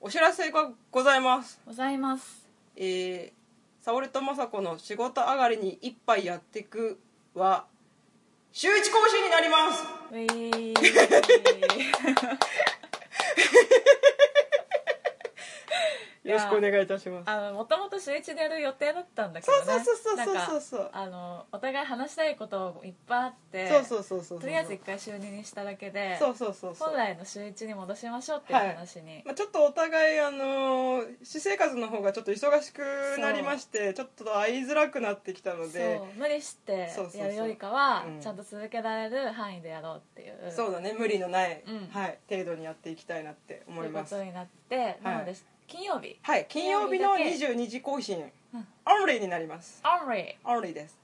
お知らせがございますございますえー、沙織と雅子の仕事上がりに一杯やってくは週一講習になりますウェーイよろしくお願いいたします あのもともと週一でやる予定だったんだけどねそうそうそうそうそうそうそうなんかあのお互い話したいこといっぱいあってそうそうそうそうとりあえず一回週二にしただけでそうそうそうそう本来の週一に戻しましょうっていう話に、まあ、ちょっとお互いあのー私生活の方がちょっと忙しくなりましてちょっと会いづらくなってきたのでそう無理してそうそうそうやるよりかはうんちゃんと続けられる範囲でやろうっていうそうだね無理のない、うんはい、程度にやっていきたいなって思といいうこますとになって、なので金曜日はい金曜日の金曜22時更新うんオンリーになりますオンリーオンリーです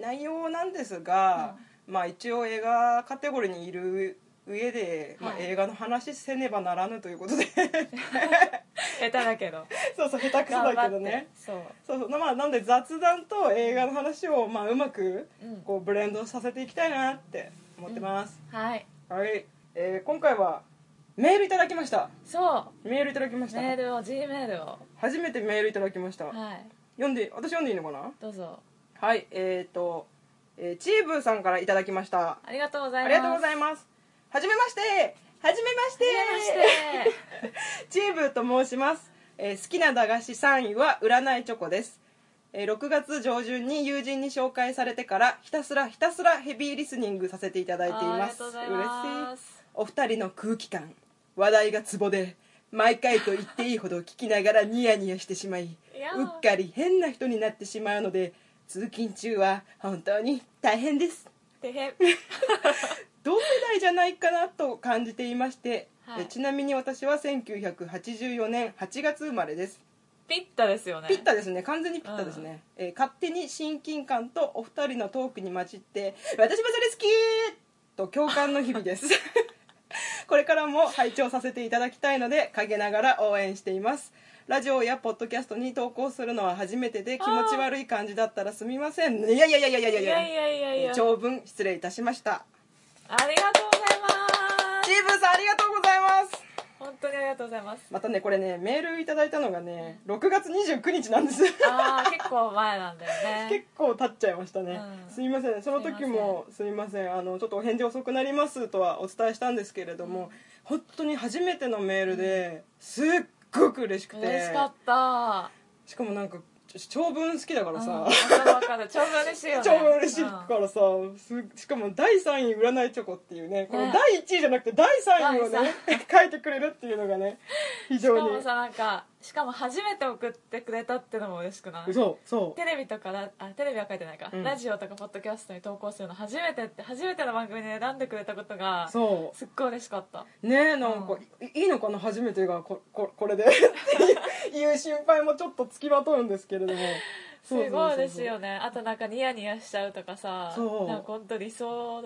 内容なんですが、まあ一応映画カテゴリーにいる上で、まあ、はい映画の話せねばならぬということ で下手だけどそうそう下手 くそだ頑張けってどねそうそうそうまあなんで雑談と映画の話を、まあ、うまくうんこうブレンドさせていきたいなって思ってます、はいはい、えー今回はメールいただきましたそメールいただきまうしたメールを G メールを初めてメールいただきました、はい読んで私読んでいいのかなどうぞはいえっ、と、えーチーブーさんからいただきましたありがとうございあまりすがとうございますはじめましてはじめましてはじめましてチーブーと申します、えー好きな駄菓子3位は占いチョコです、えー6月上旬に友人に紹介されてからひたすらひたすらヘビーリスニングさせていただいていますありがとうございま嬉しいすお二人の空気感話題がツボで毎回と言っていいほど聞きながらニヤニヤしてしまいやうっかり変な人になってしまうので通勤中は本当に大変ですてへ同世代じゃないかなと感じていまして、はいえちなみに私は1984年8月生まれですピッタですよねピッタですね完全にピッタですね、えー勝手に親近感とお二人のトークに混じって「私もそれ好き!」と共感の日々です これからも拝聴させていただきたいので陰ながら応援していますラジオやポッドキャストに投稿するのは初めてで気持ち悪い感じだったらすみませんいやいやいやいやいやいやいやいやいやいえーやありがとう長文失礼いたしましたございチーブさんあますりがとうございます本当にありがとうございますまたねこれねメールいただいたのがね6月29日なんですああ結構前なんだよね結構経っちゃいましたね、うんすいませんその時もすいませんあのちょっとお返事遅くなりますとはお伝えしたんですけれども、本当に初めてのメールですっごく嬉しくて嬉しかったしかもなんかちょ長文好きだから さ、うんわかるわかる超嬉しい よね超嬉しいうんからさ、すしかも第3位占いチョコっていうねこのね第1位じゃなくて第3位をね 書いてくれるっていうのがね非しか常にもさなんかしかも初めて送ってくれたってのも嬉しくないそうそテレビとかラあテレビは書いてないか、うんラジオとかポッドキャストに投稿するの初めてって初めての番組に選んでくれたことがうそすっごい嬉しかったうねえなんか、いいいのかな初めてがこここれで っていう心配もちょっとつきまとうんですけれどもすそうそうそうごいですよねあとなんかニヤニヤしちゃうとかさそうなんか本当理想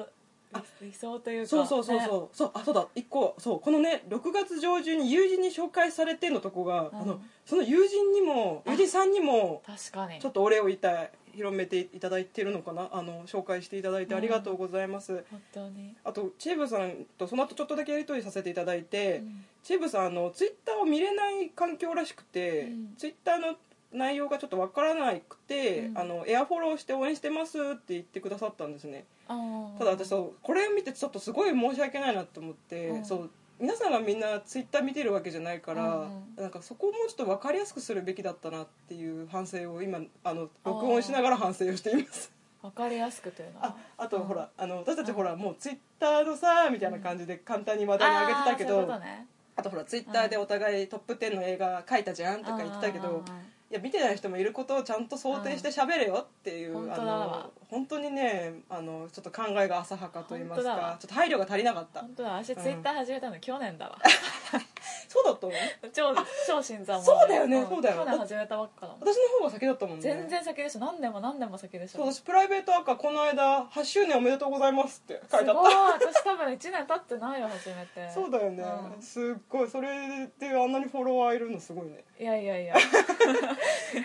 理理想というかそうそうそうそうねそうあそうだ一個そうこのね6月上旬に友人に紹介されてのとこが、うんあのその友人にも友人さんにも確かにちょっとお礼を言いたい広めていただいてるのかなあの紹介していただいてありがとうございます、本当に、あとチェーブさんとその後ちょっとだけやり取りさせていただいて、うんチェブさんあのツイッターを見れない環境らしくて、うんツイッターの内容がちょっとわからなくて、うんあのエアフォローして応援してますって言ってくださったんですねあーただ私そうこれを見てちょっとすごい申し訳ないなと思って、うんそう皆さんがみんなツイッター見てるわけじゃないから、うんなんかそこをもうちょっと分かりやすくするべきだったなっていう反省を今あの録音しながら反省をしていますわかりやすくというのあはあとうんほらあの私たちほらもうツイッターのさみたいな感じで簡単に話題に上げてたけあーそうど、いうことねあとほらツイッターでお互いトップ10の映画書いたじゃんとか言ってたけどいや見てない人もいることをちゃんと想定して喋れよっていううんあ本当だのわ本当にねあのちょっと考えが浅はかと言います本当だかわちょっと配慮が足りなかった本当だ私ツイッター始めたの去年 だわ、そうだったの超超新参者そうだよねそうだよ去年始めたばっかだもん私の方が先だったもんね全然先でしょ何年も何年も先でしそうょ私プライベートアカこの間8周年おめでとうございますって書いてあっすごい私多分1年経ってないよ初めてたそうだよねうんすっごいそれであんなにフォロワーいるのすごいねいやいやいや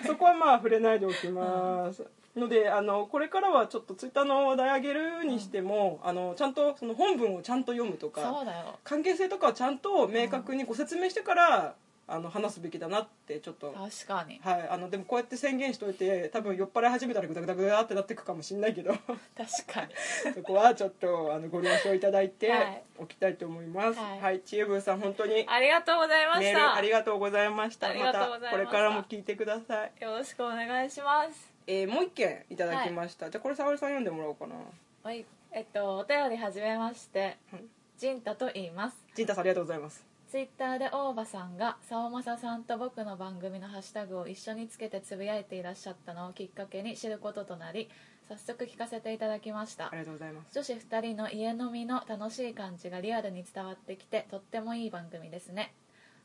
そこはまあ触れないでおきます、のであのこれからはちょっとツイッターの話題あげるにしても、あのちゃんとその本文をちゃんと読むとかそうだよ関係性とかをちゃんと明確にご説明してから、あの話すべきだなってちょっと確 かにはい、あのでもこうやって宣言しといて多分酔っ払い始めたらグダグダグダってなってくかもしれないけど確かにそこはちょっとあのご了承いただいてはいおきたいと思います。ははいい、チエブーさん本当にありがとうございましメールたありがとうございました。ありがとうございましたたこれからも聞いてください。よろしくお願いしますえーもう一件いただきました。じゃあこれ沙織さん読んでもらおうかな。はいえっとお便りはじめましてはいジンタと言いますジンタさんありがとうございます。ツイッターで大場さんが沢政さんと僕の番組のハッシュタグを一緒につけてつぶやいていらっしゃったのをきっかけに知ることとなり早速聞かせていただきましたありがとうございます。女子2人の家飲みの楽しい感じがリアルに伝わってきてとってもいい番組ですね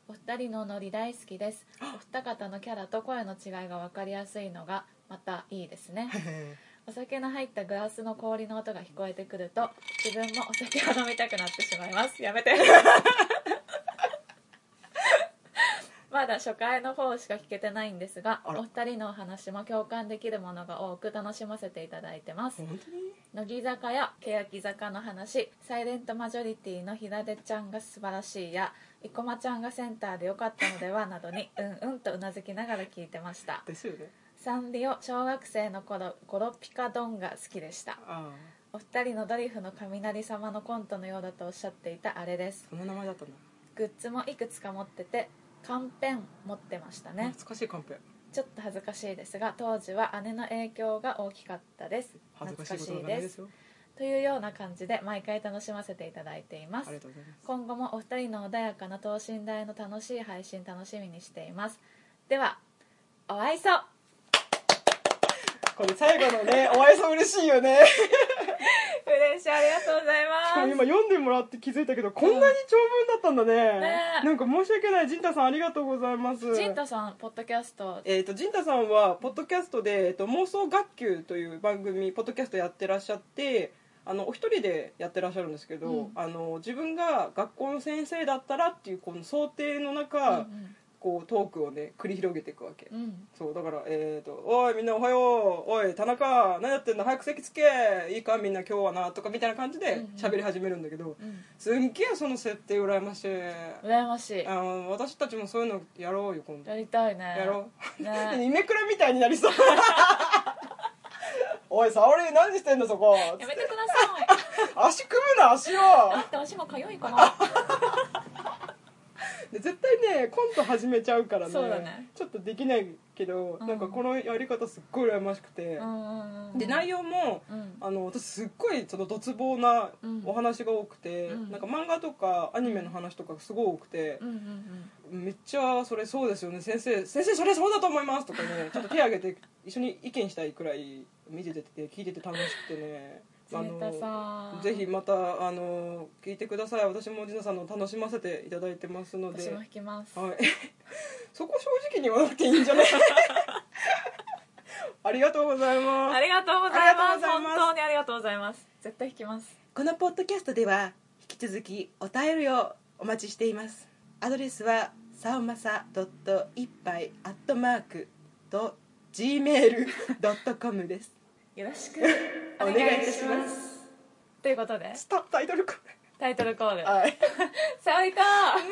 お二人のノリ大好きですお二方のキャラと声の違いが分かりやすいのがまたいいですねお酒の入ったグラスの氷の音が聞こえてくると自分もお酒を飲みたくなってしまいますや めてまだ初回の方しか聞けてないんですがあらお二人のお話も共感できるものが多く楽しませていただいてます本当に乃木坂や欅坂の話サイレントマジョリティのひなでちゃんが素晴らしいや生駒ちゃんがセンターでよかったのではなどに うんうんとうなずきながら聞いてましたですよね。サンリオ小学生の頃ゴロピカドンが好きでしたああお二人のドリフの雷様のコントのようだとおっしゃっていたあれですその名前だったんだ。グッズもいくつか持っててカンペン持ってましたね懐かしいカンペ。ちょっと恥ずかしいですが当時は姉の影響が大きかったです恥ずかしいことなん懐かかないしいでですすよ。というような感じで毎回楽しませていただいていまあすりがとうございます。今後もお二人の穏やかな等身大の楽しい配信楽しみにしていますではお会いそうこれ最後の ねお会いそう嬉しいよね。嬉しいありがとうございしかもます今読んでもらって気づいたけどこんなに長文だったんだね,、ねえなんか申し訳ない陣太さんありがとうございますジンタさんポッドキャストえー、と陣太さんはポッドキャストで、えー、と妄想学級という番組ポッドキャストやってらっしゃってあのお一人でやってらっしゃるんですけど、うんあの自分が学校の先生だったらっていうこの想定のうん中、こうトークをね繰り広げていくわけ、うんうんそうだからえー、と「おいみんなおはようおい田中何やってんの早く席つけいいかみんな今日はな」とかみたいな感じうんでうん喋り始めるんだけど、うんすんげえその設定羨ましい羨ましいあの私たちもそういうのやろうよ今度やりたいねやろう、 ねイメクラみたいになりそう おい沙織何してんのそこやめてくだ さい足組むな足をだって足もかゆいかなで絶対ねコント始めちゃうからねそうだねちょっとできないけど、うんなんかこのやり方すっごい羨ましくて、うんうんで内容もうんあの私すっごいそのドツボなうんお話が多くて、うんなんか漫画とかアニメの話とかすごい多くて、うんうんうんめっちゃそれそうですよね先生先生それそうだと思いますとか ねちょっと手挙げて一緒に意見したいくらい見てて聞いてて楽しくてね ジンタさんぜひまたあの聞いてください私もジナさんの楽しませていただいてますので私も引きますはい、 そこ正直に言わなくていいんじゃない ありがとうございますありがとうございまありすがとうございます本当にありがとうございます絶対引きますこのポッドキャストでは引き続きお便りをお待ちしていますアドレスはさおまさ一杯アットマークと gmail.com ですよろしく お願いいたしますということでスタタイトルかタイトルコールはい沙織と まさこの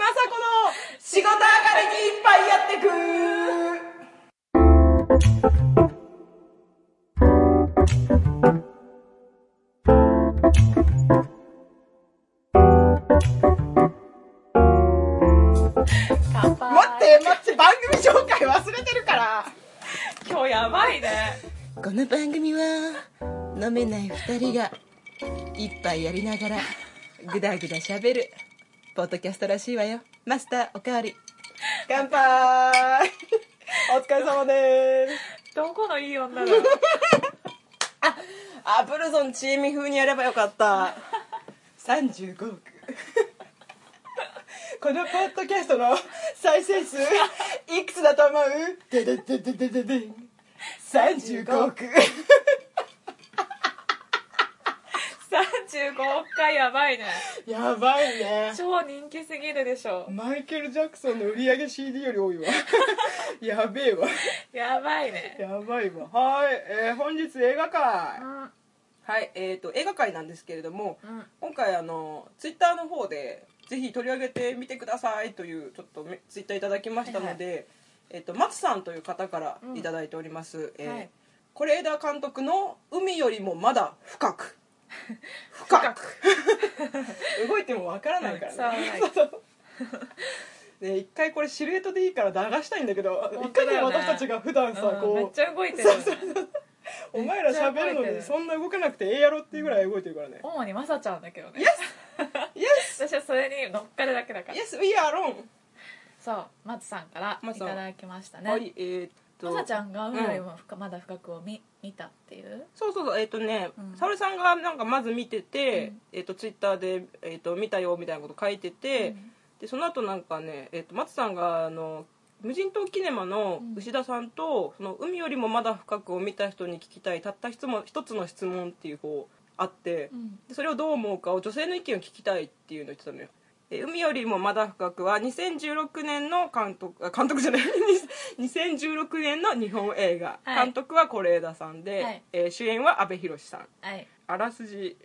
仕事上がりにいっぱいやってく待って待っ乾杯て番組紹介忘れてるから今日やばいねこの番組は飲めない2人が一杯やりながらぐだぐだしゃべるポッドキャストらしいわよマスターおかわり乾杯お疲れ様ですどこのいい女だアプルゾンチーミ風にやればよかった35億このポッドキャストの再生数いくつだと思うでででででででん35億35億回やばいねやばいね超人気すぎるでしょマイケル・ジャクソンの売り上げ CD より多い わやべえわやばいねやばいわはい、えー本日映画う会んはいえー、と映画会なんですけれどもうん今回あのツイッターの方でぜひ取り上げてみてくださいというちょっとめツイッターいただきましたので、えっと、松さんという方からいただいております、えはーい是枝監督の「海よりもまだ深 く」深く動いてもわからないからね、そうね、一回これシルエットでいいから流したいんだけど一本当回だでよもね私たちが普段さ、うんめっこちうゃ動いてるお前ら喋るのにそんな動かなくてええやろっていうぐらい動いてるからね主にまさちゃんだけどね Yes! 私はそれに乗っかるだけだから Yes, we are alone! そう松さんから松いさんただきましたはねい、えーっとまさちゃんが海よりも深まだ深くを見見たっていうそうそうそうえーっとね、うん沙織さんがなんかまず見てて、うんえーっとツイッターで、えーっと見たよみたいなこと書いてて、うんでその後なんかね、えーっと松さんがあの無人島キネマのうん牛田さんと、その海よりもまだ深くを見た人に聞きたいたった一つも一つの質問っていうこうあって、うんでそれをどう思うかを女性の意見を聞きたいっていうのを言ってたのよ「えー海よりもまだ深く」は2016年の監督あ監督じゃない 2016年の日本映画、はい監督は是枝さんで、はいえー主演は阿部寛さんはいあらすじ、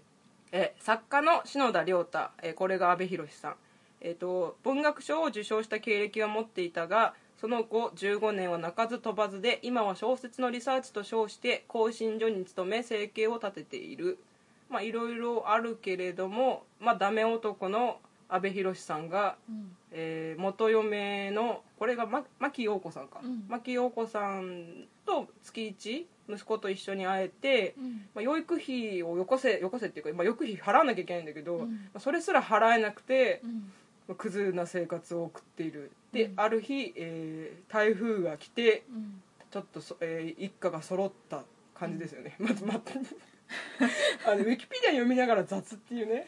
えー作家の篠田亮太、えーこれが阿部寛さん、えー、と文学賞を受賞した経歴は持っていたがその後15年は鳴かず飛ばずで今は小説のリサーチと称して更新所に勤め生計を立てているまあいろいろあるけれども、まあ、ダメ男の阿部寛さんが、うんえー元嫁のこれがま牧陽子さんか、うん牧陽子さんと月一息子と一緒に会えて、うんまあ、養育費をよこせよこせっていうか、まあ、養育費払わなきゃいけないんだけど、うんまあ、それすら払えなくて、うんまあ、クズな生活を送っているで、うんある日、えー台風が来てうんちょっとそ、えー一家が揃った感じですよね、まずまずあのウィキペディア読みながら雑っていう ね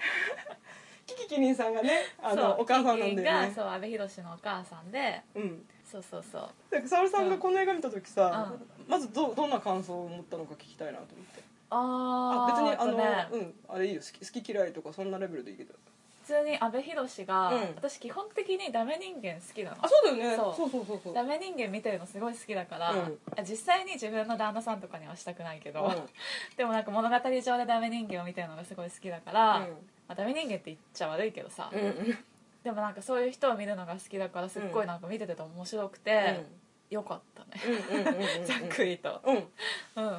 キキキリンさんがねあそうのお母さんなんだよキキねがそう阿部寛のお母さんでうんそうそうそうだから沙織さんがこの映画見た時さ、まずどどんな感想を持ったのか聞きたいなと思ってああ別にーあの、ねうんあれいいよ好き好き嫌いとかそんなレベルでいいけど普通に阿部寛が、うん私基本的にダメ人間好きなのあそうだよねそうそうそうそうそうダメ人間見てるのすごい好きだから、うん実際に自分の旦那さんとかにはしたくないけど、うんでもなんか物語上でダメ人間を見てるのがすごい好きだから、うんまあ、ダメ人間って言っちゃ悪いけどさ、うんうんでもなんかそういう人を見るのが好きだからすっごいなんか見ててて面白くて、よかったね、うんうんうんうんうんざっくりとうんうん、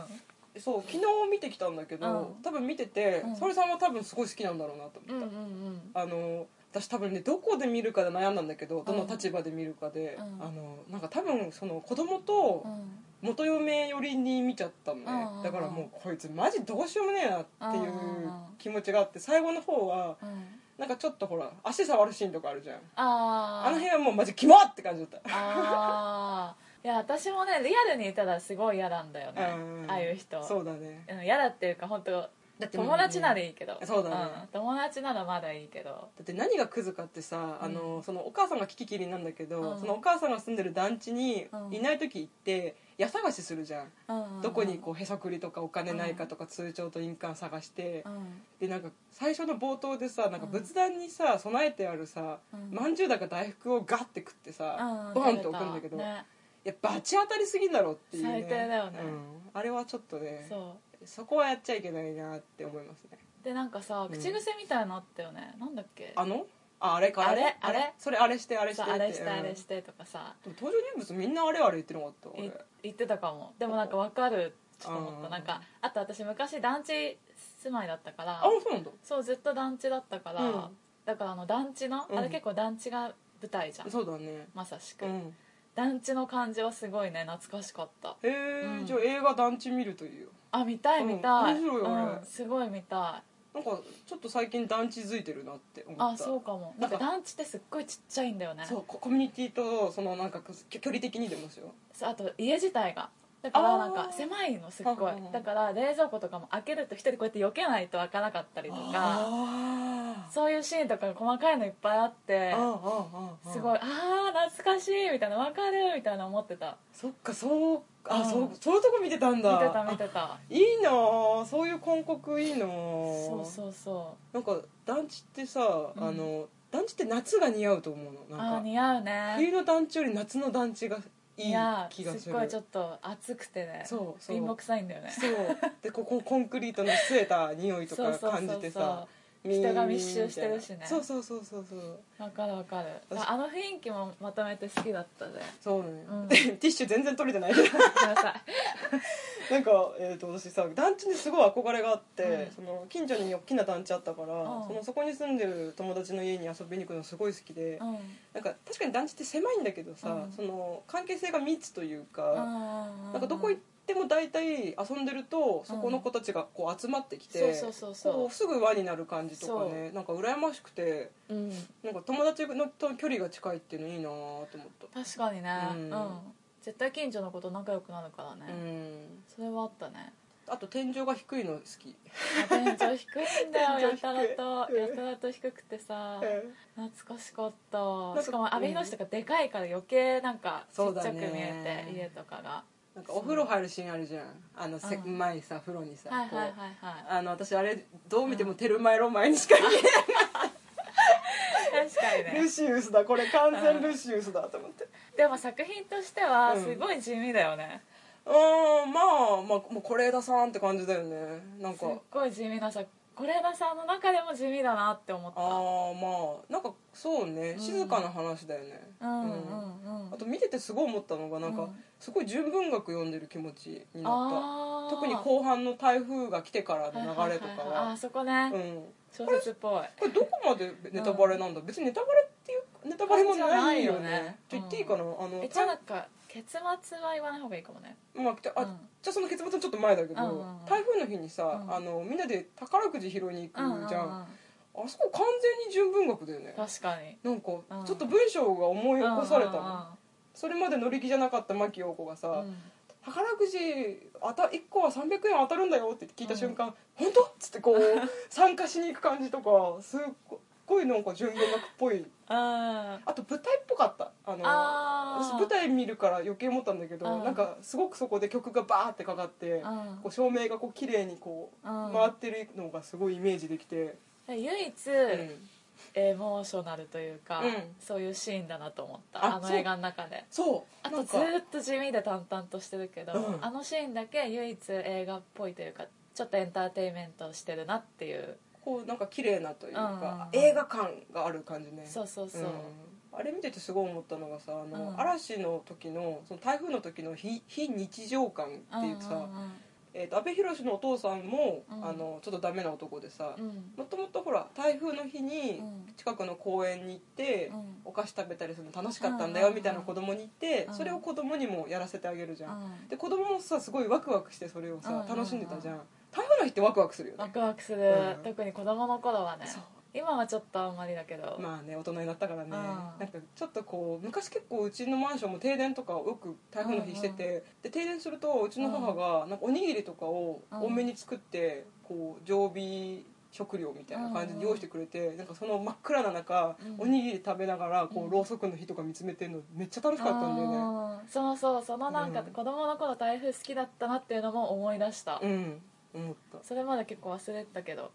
そう昨日見てきたんだけど、うん多分見ててうん沙織、さんは多分すごい好きなんだろうなとうん思うんうっんた、あの私多分ねどこで見るかで悩んだんだけどどのうん立場で見るかで、うんあのなんか多分その子供とうん元嫁寄りに見ちゃったのね、うんうんうんだからもうこいつマジどうしようもねえなっていううんうんうん気持ちがあって最後の方はうんなんかちょっとほら足触るシーンとかあるじゃんあーあの辺はもうマジキモって感じだったあーいや私もねリアルにいたらすごい嫌なんだよねうん ああいう人そうだねうん嫌だっていうか本当だってもうね友達ならいいけどそうだねん友達ならまだいいけどだって何がクズかってさ、あのそのお母さんがキキキリンなんだけど、うんそのお母さんが住んでる団地にうんいない時行って家探しするじゃん、うんどこにこうへそくりとかお金ないかとか通帳と印鑑探して、うんでなんか最初の冒頭でさなんか仏壇にさ備えてあるさ、うんまんじゅうだか大福をガッて食ってうんさ、うんボンって置くんだけど、出てたねいやバチ当たりすぎんだろっていう、ね、最低だよねうんあれはちょっとねそそこはやっちゃいけないなって思いますねうでなんかさうん口癖みたいのあったよねなんだっけあのああれかあれあれそれあれしてあれしてそうってあれしてうんあれしてとかさでも登場人物みんなあれあれ言ってなかったい俺言ってたかもでもなんか分かると思っうたんなんかあと私昔団地住まいだったからあそうなんだそうずっと団地だったから、うんだからあの団地の、うんあれ結構団地が舞台じゃんそうだねまさしく、うん団地の感じはすごいね懐かしかったへえ、うんじゃあ映画団地見るというあ見たい見たい、うん面白いよねうんすごい見たなんかちょっと最近団地づいてるなって思いったあそうかもななんんかか団地ってすっごいちっちゃいんだよねそうココミュニティとそのなんかきょ距離的にでもですよそうあと家自体がだからなんあかー狭いのすっごいうんうんだから冷蔵庫とかも開けると一人こうやって避けないと開かなかったりとかあーそういうシーンとかが細かいのいっぱいあってああああすごいあー懐かしいみたいなわかるみたいな思ってたそっかそうあ、うんそうそういうとこ見てたん見だてた見てたいいなあそういう広告いいなあそうそうそなんか団地ってさ、うんあの団地って夏が似合うと思ううのあなーんか似合うね冬の団地より夏の団地がいいや気がするすっごいちょっと暑くてねそうそう貧乏くさいんだよねそうでここコンクリートの据えた匂いとそうかそうそう感じてさ人が密集してるしねそうそうそうそうそうわかるわかる私あの雰囲気もまとめて好きだったでそうね、うん ティッシュ全然取れてないけどごめんなさ いなんか、えー、と私さ団地にすごい憧れがあって、うんその近所に大きな団地あったから、うんそのそこに住んでる友達の家に遊びに行くのすごい好きで、うんなんか確かに団地って狭いんだけどさ、うんその関係性が密というか、ななんかどこ行っても大体遊んでるとそこの子たちがこう集まってきて、そうそうそうそうこうすぐ輪になる感じとかねなんか羨ましくてうんなんか友達のと距離が近いっていうのいいなと思った。確かにねううんん絶対近所の子と仲良くなるからうねんそれはあったねあと天井が低いの好き、あ天井低いんだ 天よ井低いやたらとうんやたらと低くてさ懐かしかっかたしかも阿部寛とかでかいから余計なんかちそうっだちゃく見ねえて家とかがなんかお風呂入るシーンあるじゃんあのせうん前にさ風呂にさ、はいはいはいこうはあの私あれどう見てもテルマエロマエにしか見えい確かにないルねシウスだこれ完全ルシウスだと思ってでも作品としてはすごい地味だよね、うんまあまあもう是枝さんって感じだよねなんすかっごい地味なさ是枝さんの中でも地味だなって思っあたあまあなんかそうねうん静かな話だよねうんうんうんあと見ててすごい思ったのがなんか、うんすごい純文学読んでる気持ちになっあたー特に後半の台風が来てからの流れとかいいいいあはーそこね、うん小説っぽいこれどこまでネタバレなんだ、別にネタバレっていうネタバレもないよねじゃないよねじゃあ言っていいかな、あのえじゃあなんか結末は言わない方がいいかもねまあ、じゃああうんじゃあその結末のちょっと前だけど、うんうんうん台風の日にさ、うんあのみんなで宝くじ拾いに行くじゃん,、うんうんあそこ完全に純文学だよね確かになんかうんちょっと文章が思い起こされたの、うそれまで乗り気じゃなかった牧陽子がさ、んうんうんうん宝くじあた1個は300円当たるんだよって聞いた瞬間「本当?」っつってこう参加しに行く感じとかすっごいなんか純文学っぽいああと舞台っぽかったあのあ私舞台見るから余計思ったんだけどうんなんかすごくそこで曲がバーってかかってうんこう照明がこう綺麗にこううん回ってるのがすごいイメージできて、唯一うんエモーショナルというか、うんそういうシーンだなと思ったああの映画の中でそうあなとんずかーっと地味で淡々としてるけど、うんあのシーンだけ唯一映画っぽいというかちょっとエンターテインメントしてるなっていうこうなんか綺麗なというか、うん映画感がある感じねそうそうそう、んあれ見ててすごい思ったのがさあの、うん嵐の時のその台風の時の非非日常感っていうかさ、えー、と阿部寛のお父さんも、うんあのちょっとダメな男でさうんうんうんもともとほら台風の日にうん近くの公園に行って、うんお菓子食べたりするの楽しかったんだようんみたいな子供に言って、うんそれを子供にもやらせてあげるじゃん、うんで子供もさすごいワクワクしてそれをうんさう、ん楽しんでたじゃん台風の日ってワクワクするよワねクワクする、うん特に子供の頃はねそう今はちょっとあんまりだけど、まあね大人になったからね、んなんかちょっとこう昔結構うちのマンションも停電とかをよく台風の日してて、で停電するとうちの母がなんかおにぎりとかを多めに作って、こう常備食料みたいな感じで用意してくれて、なんかその真っ暗な中、うおんにぎり食べながらこううんろうそくの火とか見つめてるのめっちゃ楽しかったんだよねあーそうそうそのなんかうん子供の頃台風好きだったなっていうのも思い出した、うん思ったそれまで結構忘れてたけど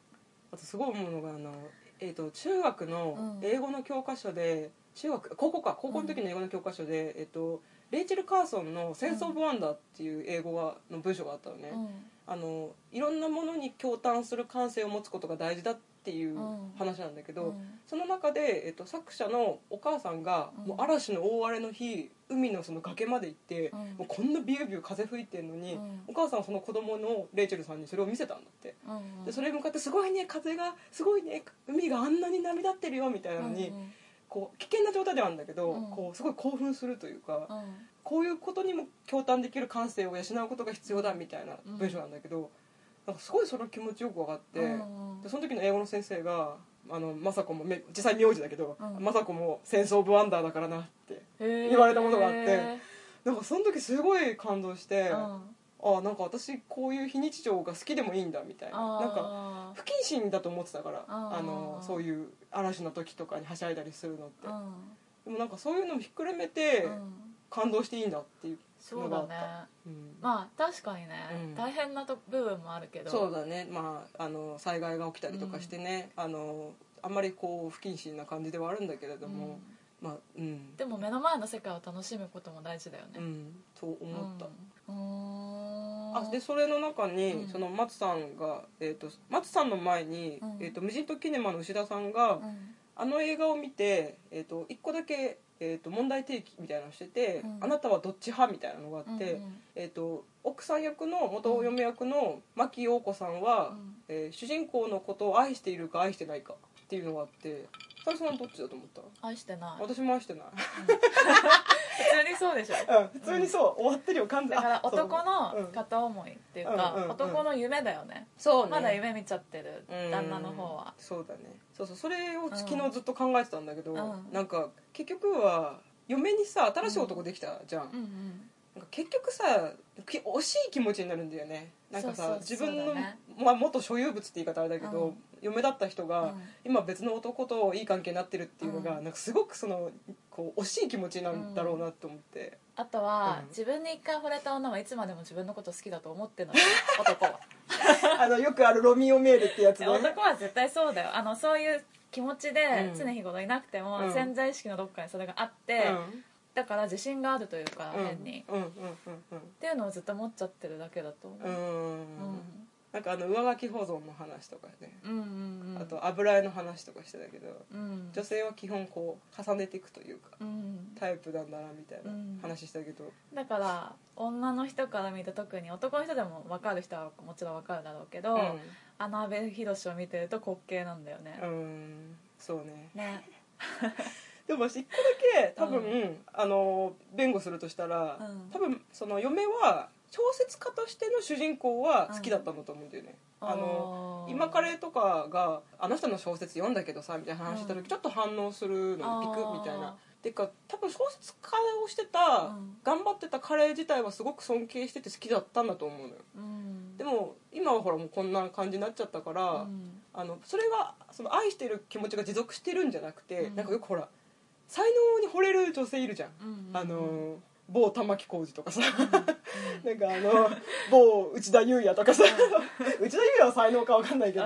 あとすごい思うのがあの、えー、と中学のうん英語の教科書で、中学高校か高校の時の英語の教科書で、えー、とレイチェル・カーソンの「センス・オブ・ワンダー」っていう英語がの文章があったのね、うんあのいろんなものに共感する感性を持つことが大事だっていううん話なんだけど、うんその中で、えっと、作者のお母さんが、うんもう嵐の大荒れの日海のその崖まで行って、うんもうこんなビュービュー風吹いてるのに、うんお母さんはその子供のレイチェルさんにそれを見せたんだって。うんでそれに向かって「すごいね風がすごいね海があんなに波立ってるよ」みたいなのに、うんこう危険な状態ではあるんだけど、うんこうすごい興奮するというか、うんこういうことにも共感できる感性を養うことが必要だみたいな文章なんだけど、なんかすごいその気持ちよく分かって、うんうんでその時の英語の先生が「あの雅子もめ実際名字だけど、うん雅子も戦争ブワンダーだからな」ってへー言われたことがあってなんかその時すごい感動して、うんああなんか私こういう非日常が好きでもいいんだみたいなあーなんか不謹慎だと思ってたからああーのそういう嵐の時とかにはしゃいだりするのってうでんもなんかそういうのもひっくるめてうん感動していいんだっていうそうだねうんまあ確かにね、うん大変なと部分もあるけどそうだねまああの災害が起きたりとかしてね、あのあんまりこう不謹慎な感じではあるんだけれども、うんまあうんでも目の前の世界を楽しむことも大事だようねんとうん思った、うーんあでそれの中に、うんその松さんが、えー、と松さんの前に、うんえー、と無人島キネマの牛田さんが、うんあの映画を見て、えー、と1個だけ、えー、と問題提起みたいなのしてて、うんあなたはどっち派みたいなのがあって、うんうんえー、と奥さん役の元嫁役の牧陽子さんは、うんえー主人公のことを愛しているか愛してないかっていうのがあって最初のどっちだと思った愛してない私も愛してない普通にそうでしょうん普通にそう、終わってるよ完全 だからあそう男のうん片思いっていうか、うんうんうん男の夢だよねそうねまだ夢見ちゃってるうん旦那の方はそうだねそうそうそれをん昨日ずっと考えてたんだけど、うんなんか結局は嫁にさ新しい男できたじゃん、うんうんなんか結局さき惜しい気持ちになるんだよねなんかさそうそう自分その、うだねまあ、元所有物って言い方あれだけど、うん嫁だった人が、うん今別の男といい関係になってるっていうのが、うんなんかすごくそのこう惜しい気持ちなんだろうなと思って、あとは、うん自分に一回惚れた女はいつまでも自分のこと好きだと思っ てるのよ男はあのよくあるロミオメールってやつね男は絶対そうだよあのそういう気持ちでうん常日頃いなくても、うん潜在意識のどっかにそれがあって、だから自信があるというか、うん、変にっうんうんていうのをずっと持っちゃってるだけだと思うんうんう、う、うんんなんかあの上書き保存の話とかね、うん、うんうんあと油絵の話とかしてたけどうん女性は基本こう重ねていくというかうんタイプなんだなみたいなうん話したけど、だから女の人から見て特に男の人でも分かる人はもちろん分かるだろうけど、うあの阿部寛を見てると滑稽なんだよね、ん、うん、そうねねでも私一個だけ多分、うあの弁護するとしたら、うん多分その嫁は小説家としての主人公は好きだったんだと思うんだよね、あのおー今カレとかが「あの人の小説読んだけどさ」みたいな話した時、うんちょっと反応するのにピクあーみたいな。てか多分小説家をしてた、うん頑張ってたカレ自体はすごく尊敬してて好きだったんだと思うのようんでも今はほらもうこんな感じになっちゃったから、うんあのそれがその愛してる気持ちが持続してるんじゃなくて、うんなんかよくほら才能に惚れる女性いるじゃん、うんあの某玉置浩二とかさ、うん なんかあの某内田裕也とかさ内田裕也は才能か分かんないけど、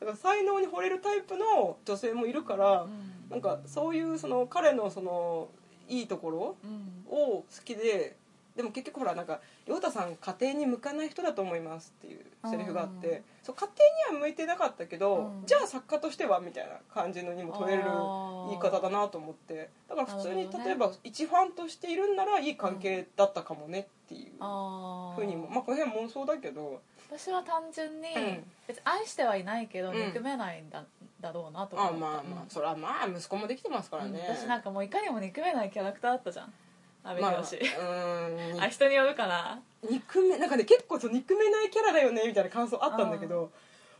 だから才能に惚れるタイプの女性もいるから、うんなんかそういうその彼のそのいいところうんを好きででも結局ほらなんか「陽太さん家庭に向かない人だと思います」っていうセリフがあって、うんそう家庭には向いてなかったけど、うんじゃあ作家としてはみたいな感じのにも取れるあー言い方だなと思ってだから普通なるにほどね例えば一ファンとしているんならいい関係だったかもねっていうあーふうにもまあこの辺妄想だけど私は単純に、うん別に愛してはいないけどうん憎めないんだ,、だろうなとあ思まあまあ、うんそれはまあ息子もできてますからね、私なんかもういかにも憎めないキャラクターだったじゃん阿部まあ、う寛、ーん あ人によるかな憎めなんかね結構そう憎めないキャラだよねみたいな感想あったんだけど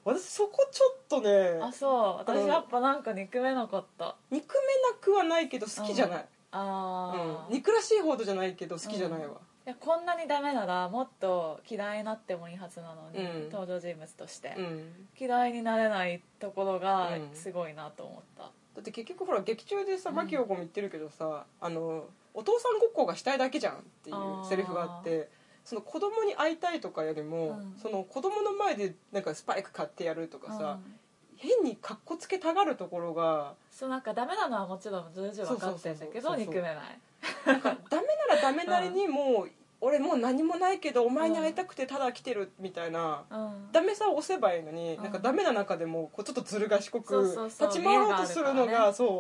私そこちょっとねあそうあの私やっぱなんか憎めなかった憎めなくはないけど好きじゃない、あうあ、ん、い憎らしいほどじゃないけど好きじゃないわ、やこんなにダメならもっと嫌いになってもいいはずなのに、うん登場人物として、うん嫌いになれないところがうんすごいなと思った、だって結局ほら劇中でさ牧陽子も言ってるけどさ、あのお父さんごっこがしたいだけじゃんっていうセリフがあってその子供に会いたいとかよりも、うんその子供の前でなんかスパイク買ってやるとかさ、うん変にかっこつけたがるところがそうなんかダメなのはもちろん重々分かってるんだけそうそうそうそどう憎めないダメならダメなりにもう、俺もう何もないけどお前に会いたくてただ来てるみたいな、うんダメさを押せばいいのに、うんなんかダメな中でもこうちょっとずる賢くそうそうそう立ち回ろうとするの理由があるからがそう、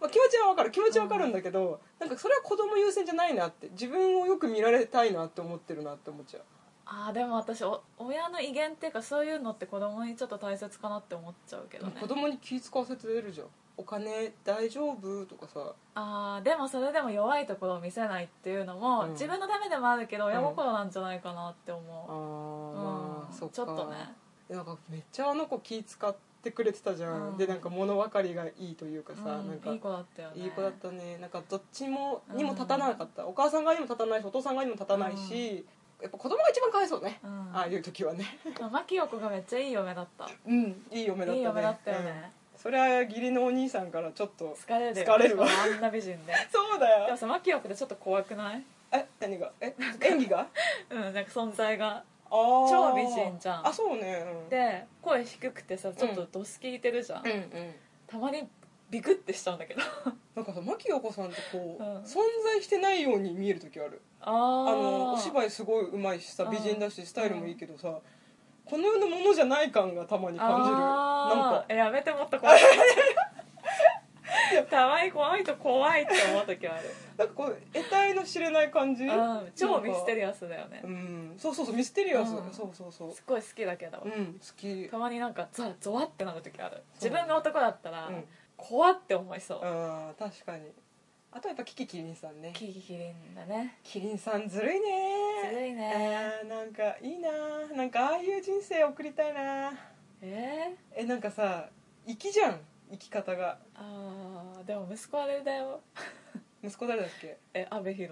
まあ、気持ちはわかる気持ちはわかるんだけど、なんかそれは子供優先じゃないなって自分をよく見られたいなって思ってるなって思っちゃうあーでも私お親の威厳っていうかそういうのって子供にちょっと大切かなって思っちゃうけどね子供に気使わせてるじゃんお金大丈夫とかさあーでもそれでも弱いところを見せないっていうのも、うん自分のためでもあるけど親心なんじゃないかなってあー思う、うんまあ、そっかちょっとねなんかめっちゃあの子気使ってくれてたじゃん、うんでなんか物分かりがいいというかさ、うんなんかいい子だったよねいい子だったねなんかどっちもうんにも立たなかった、お母さん側にも立たないしお父さん側にも立たないし、やっぱ子供が一番かわいそうね、うんああいう時はねまあマキヨコがめっちゃいい嫁だったうんいい嫁だったねいい嫁だったよね、うんそれは義理のお兄さんからちょっと疲れるよ疲れるわしかもあんな美人でそうだでもよさマキヨコってちょっと怖くないえ何がえ演技がうんなんか存在があー 超美人じゃんあそうねうんで声低くてさちょっとドス聞いてるじゃん、うんうんたまにビクってしちゃうんだけどなんかさ牧陽子さんってこう、うん存在してないように見える時あるああのお居芝居すごい上手いしさあー美人だしスタイルもいいけどさこの世のものじゃない感がたまに感じるなんかやめてもっと怖い たまに怖いと怖いって思う時あるなんかこう得体の知れない感じうん超ミステリリアスだよねうんそうそうそうミステリアスうんそうそうそうすごい好きだけどうん好きたまになんかザゾワってなる時あるそう自分が男だったらうん怖って思いそうあー確かにあとやっぱキキキリンさんねキキキリンだねキリンさんずるいねずるいねあーなんかいいななんかああいう人生送りたいなえーえなんかさ生きじゃん生き方があーでも息子あれだよ息子誰だっけえ阿部寛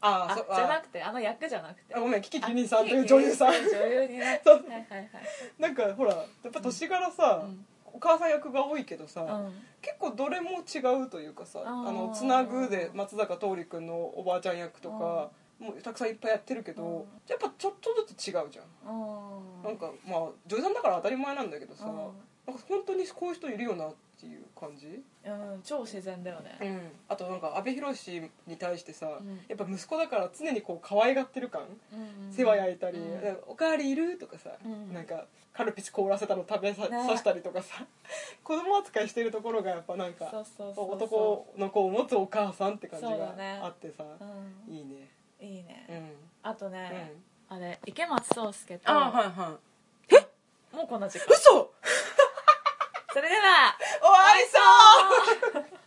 ああーそうじゃなあくてあの役じゃなくてあごめんキキあキリンさんという女優さん キキキリン女優にねそうはいはいなんかほらやっぱ年柄さ、うんお母さん役が多いけどさ、はい、うん結構どれも違うというかさ「ああーのつなぐ」で松坂桃李君のおばあちゃん役とかもうたくさんいっぱいやってるけど、うんやっぱちょっとずつ違うじゃん、うんなんかまあ女優さんだから当たり前なんだけどさ、うんなんか本当にこういう人いるよなっていう感じ、うん、超自然だよね、あとなんか阿部寛に対してさ、うんやっぱ息子だから常にこう可愛がってる感、うん世話焼いたり「うんなんかおかわりいる?」とかさ、うんなんかカルピス凍らせたの食べさ,、ねさしたりとかさ 子供扱いしてるところがやっぱなんかそうそうそう男の子を持つお母さんって感じそうだねがあってさ、うんいいねいいね、うん、あとうんね、あれ池松壮亮とあはいはいもうこんな時間嘘それでは終わりそう